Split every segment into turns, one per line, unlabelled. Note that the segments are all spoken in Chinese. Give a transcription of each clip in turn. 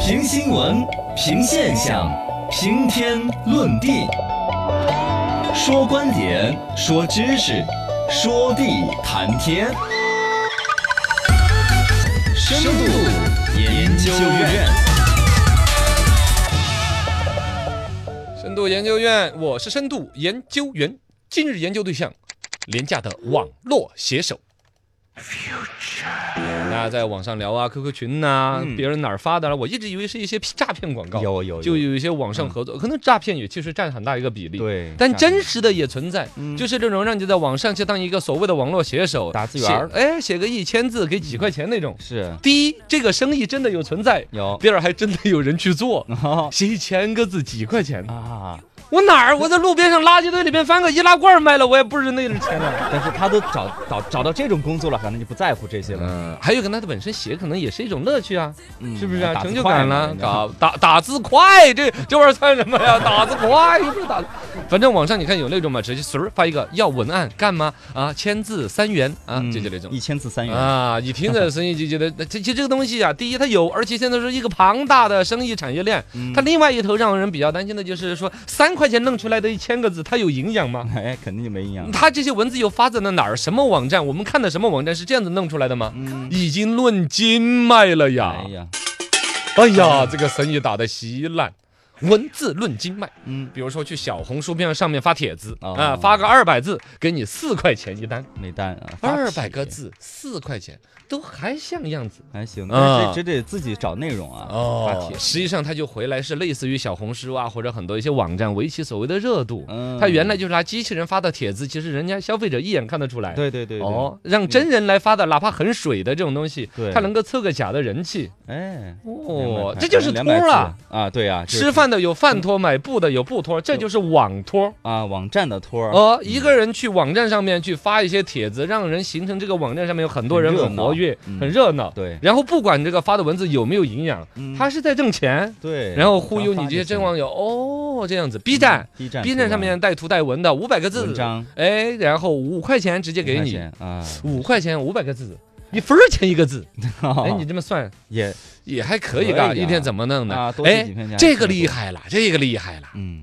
评新闻，评现象，评天论地，说观点，说知识，说地谈天。深度研究院，
深度研究院，我是深度研究员。今日研究对象，廉价的网络写手。大家在网上聊啊，QQ 群呐、别人哪儿发的啦，我一直以为是一些诈骗广告，
嗯有有有
就有一些网上合作，可能诈骗也确实占很大一个比例。
对
但
诈骗嗯
真实的也存在，就是这种让你在网上去当一个所谓的网络写手，
打字
写
员儿嗯
哎，写个一千字给几块钱那种。
是
第一，这个生意真的有存在；
有
第二，还真的有人去做。
哦
写一千个字几块钱？
啊，
我哪儿？我在路边上垃圾堆里面翻个易拉罐卖了，我也不是那点钱了。
但是他都找找找到这种工作了，反正就不在乎这 些了，
嗯，还有跟他的本身写可能也是一种乐趣啊，
嗯
是不是啊？
打字
成就感
快嘛
啦
人，家
打打打字快，这这玩意儿算什么呀？打字快又不是打字，反正网上你看有那种嘛，直接随儿发一个要文案干吗啊？签字三元啊，
嗯
就就那种
一。千字三元，
啊，一听这生意就觉得， 这其实这个东西啊，第一它有，而且现在是一个庞大的生意产业链。
嗯
它另外一头让人比较担心的就是说，三块钱弄出来的一千个字，它有营养吗？
哎，肯定就没营养。
它这些文字又发展到哪儿？什么网站？我们看的什么网站是这样子弄出来的吗？
嗯，
已经论斤卖了呀
哎！呀，
哎呀，这个生意打得稀烂。文字论斤卖，
嗯，
比如说去小红书边上面发帖子啊、
哦
发个二百字，给你四块钱一单，
没单啊，发
二
起
百个字四块钱，都还像样子。
还行，
啊
但是这这得自己找内容啊，发
哦
帖，，
实际上它就回来是类似于小红书啊，或者很多一些网站为其所谓的热度。
嗯
它原来就是拿机器人发的帖子，其实人家消费者一眼看得出来。
对对对对，
哦，让真人来发的，哪怕很水的这种东西
嗯对，
它能够凑个假的人气。
哎，200，
哦这就是托
200字
了。
啊，对啊，就是
吃饭的有饭托，买布的有布托，这就是网托。
啊，网站的托儿，
哦，一个人去网站上面去发一些帖子，让人形成这个网站上面有很多人
很热
很活
闹
跃，
嗯
很热闹。
对
然后不管这个发的文字有没有营养，
嗯
他是在挣钱，
对，
然后忽悠你
这
这些真网友。哦，这样子。B 站
嗯，B 站
，B 站上面带图带文的，五百个字
文章，
哎，然后五块钱直接给你，
啊，
五块钱五百个字，一分儿钱一个字。 哎，你这么算
也
也还可以
可以
吧？
啊
一天怎么弄呢
啊？多记
哎
几篇，
这个厉害了，这个厉害了！
嗯，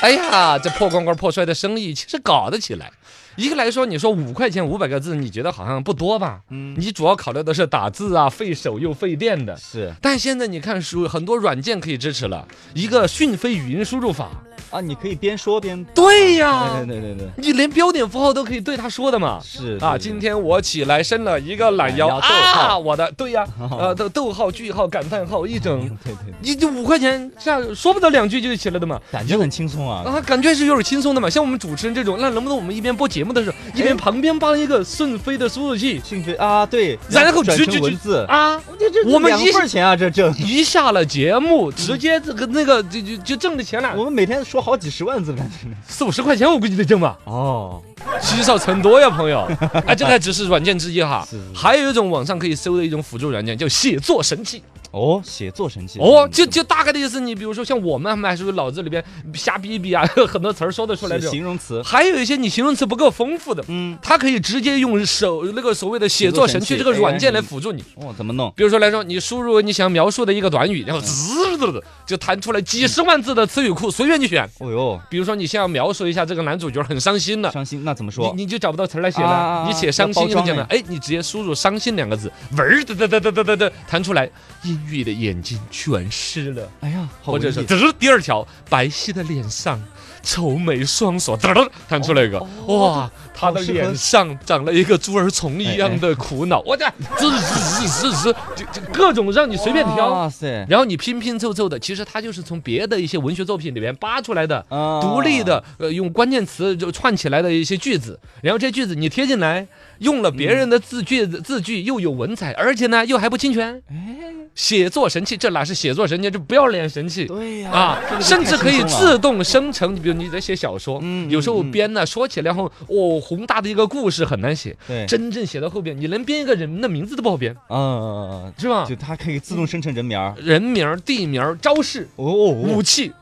哎呀，这破罐罐破摔的生意其实搞得起来。一个来说，你说五块钱五百个字，你觉得好像不多吧？
嗯
你主要考虑的是打字啊，费手又费电的。
是
但现在你看书，很多软件可以支持了，一个讯飞语音输入法。
啊，你可以边说边，
对呀
对，对对对对，
你连标点符号都可以对他说的嘛。
是
啊，今天我起来伸了一个懒腰
懒腰逗号
啊，我的对呀，呃，的逗号、句号、感叹号一整，
对对，
你这五块钱这样说不得两句就起来的嘛。
感觉很轻松啊，
啊，感觉是有点轻松的嘛，像我们主持人这种，那能不能我们一边播节目的时候，一边旁边放一个顺飞的输入器
兴趣啊，对，
然后
转
直
成
直
文字，
啊？
这这
我们
两
一
份钱啊，这 挣，
一下了节目，直接这个那个就就就挣的钱
我
了，
们每天说好几十万字感觉，
四五十块钱我估计得挣吧，
哦，
积少成多呀， 朋友。哎，这个还只是软件之一哈
是是，是
还有一种网上可以搜的一种辅助软件叫写作神器。
哦，写作神器，
哦，就
嗯
就大概的意思，你比如说像我们还是脑子里边瞎逼一逼啊， 很多词儿说得出来
是
这种。
形容词，
还有一些你形容词不够丰富的，
嗯，
它可以直接用手那个所谓的写作神器
写
这
作神器
个软件来辅助你。
哦，怎么弄？
比如说来说，你输入你想描述的一个短语，然后滋滋滋就弹出来几十万字的词语库，随便你选。
哦哟，
比如说你想要描述一下这个男主角很伤心了。
伤心，那怎么说？
你你就找不到词儿来写
啊
了
啊，啊
你写伤
要
心
包
又
装
讲了，哎，你直接输入“伤心”两个字，文儿哒哒哒哒哒哒哒弹出来，阴郁的眼睛全湿了。
哎呀，好
或者
文
是
艺
嘚儿第二条，白皙的脸上，愁眉双锁，嘚儿弹出来一个，哇，他
哦
的
好适合哎
脸上长了一个猪儿虫一样的苦恼，我这这这这这这就各种让你随便挑，
哇塞，
然后你拼拼凑凑的，其实它就是从别的一些文学作品里面扒出来的。
啊
独立的，呃，用关键词就串起来的一些句子，然后这句子你贴进来，用了别人的字句
嗯
子、字句，又有文采，而且呢又还不侵权，
哎
写作神器，这哪是写作神器，这不要脸神器。
对呀，
啊
这个，就
甚至
太
可以
轻松了
自动生成，你比如你在写小说，
嗯
有时候
嗯嗯
编呢，说起来后，哦，宏大的一个故事很难写，
对，
真正写到后边，你连编一个人的名字都不好编，
嗯，
是吧
就？它可以自动生成人名儿。
人名儿、地名儿、招式、
哦，
武器，是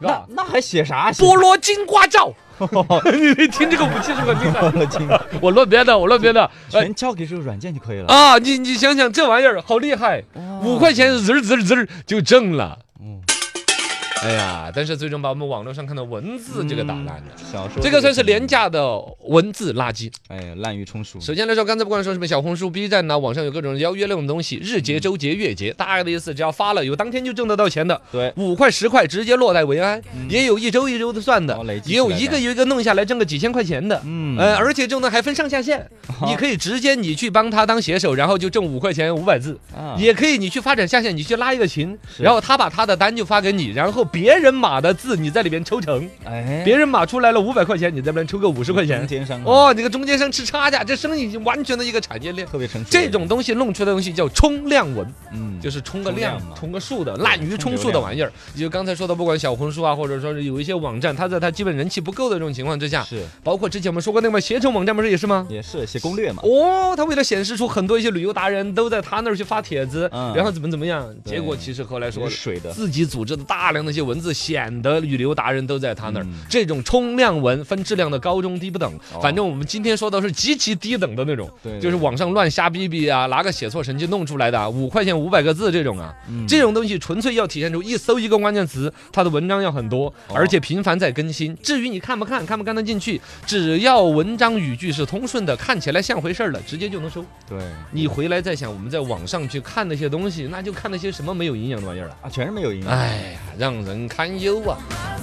那
吧？
那还写啥？
菠萝金瓜罩，你你听这个武器是很厉害。
我听过
我乱编的，我乱编的。呃
全交给这个软件就可以了。
啊，你你想想这玩意儿好厉害，啊五块钱滋儿滋儿滋儿就挣了。
嗯，
哎呀，但是最终把我们网络上看到文字
嗯
这个打烂了。
小说
这个算是
连
廉价的文字垃圾。
哎滥竽充数。
首先来说，刚才不管说什么小红书、B 站呐、网上有各种邀约那种东西，日结、周结、月结，大概的意思，只要发了，有当天就挣得到钱的，
对，
五块十块直接落袋为安，也有一周一周的算的
哦累，积
也有
起来
一个
的
一个弄下来挣个几千块钱的。
嗯
呃，而且挣的还分上下线，你可以直接你去帮他当写手，然后就挣五块钱五百字，
啊
也可以你去发展下线，你去拉一个群，
是
然后他把他的单就发给你，然后别人码的字你在里边抽成，
哎
别人码出来了五百块钱，你在里边抽个五十块钱
中，间商哦，
哦，你个中间商吃差价，这生意已经完全的一个产业链。
特别成熟。
这种东西弄出来的东西叫冲量文，
嗯
就是冲个
冲
量
量、嘛
冲个数的滥竽充
冲
数
流
的
量
玩意儿。也就刚才说的，不管小红书啊，或者说是有一些网站，它在它基本人气不够的这种情况之下，
是
包括之前我们说过那个携程网站不是也是吗？
也是写攻略嘛。
哦，他为了显示出很多一些旅游达人都在他那儿去发帖子，
嗯
然后怎么怎么样，结果
对
其实后来说
是水的，
自己组织的大量的一些文字，显得旅游达人都在他那儿。
嗯
这种冲量文分质量的高中低不等，
哦嗯
反正我们今天说的是极其低等的那种，
对
就是网上乱瞎逼逼啊，拿个写错神器弄出来的啊，五块钱五百个字这种啊，
嗯
这种东西纯粹要体现出一搜一个关键词，它的文章要很多，
哦
而且频繁在更新。至于你看不看，看不看得进去，只要文章语句是通顺的，看起来像回事儿了，直接就能收。
对
你回来再想，我们在网上去看那些东西，那就看那些什么没有营养的玩意儿了。
啊，全是没有营养。
哎呀，让人堪忧啊！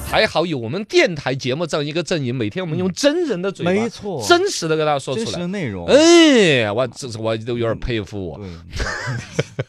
还好有我们电台节目这样一个阵营，每天我们用真人的嘴巴，
没错，
真实的跟大家说
真
出哎
实
来。
的内容。
哎，我这我都有点佩服我。
对，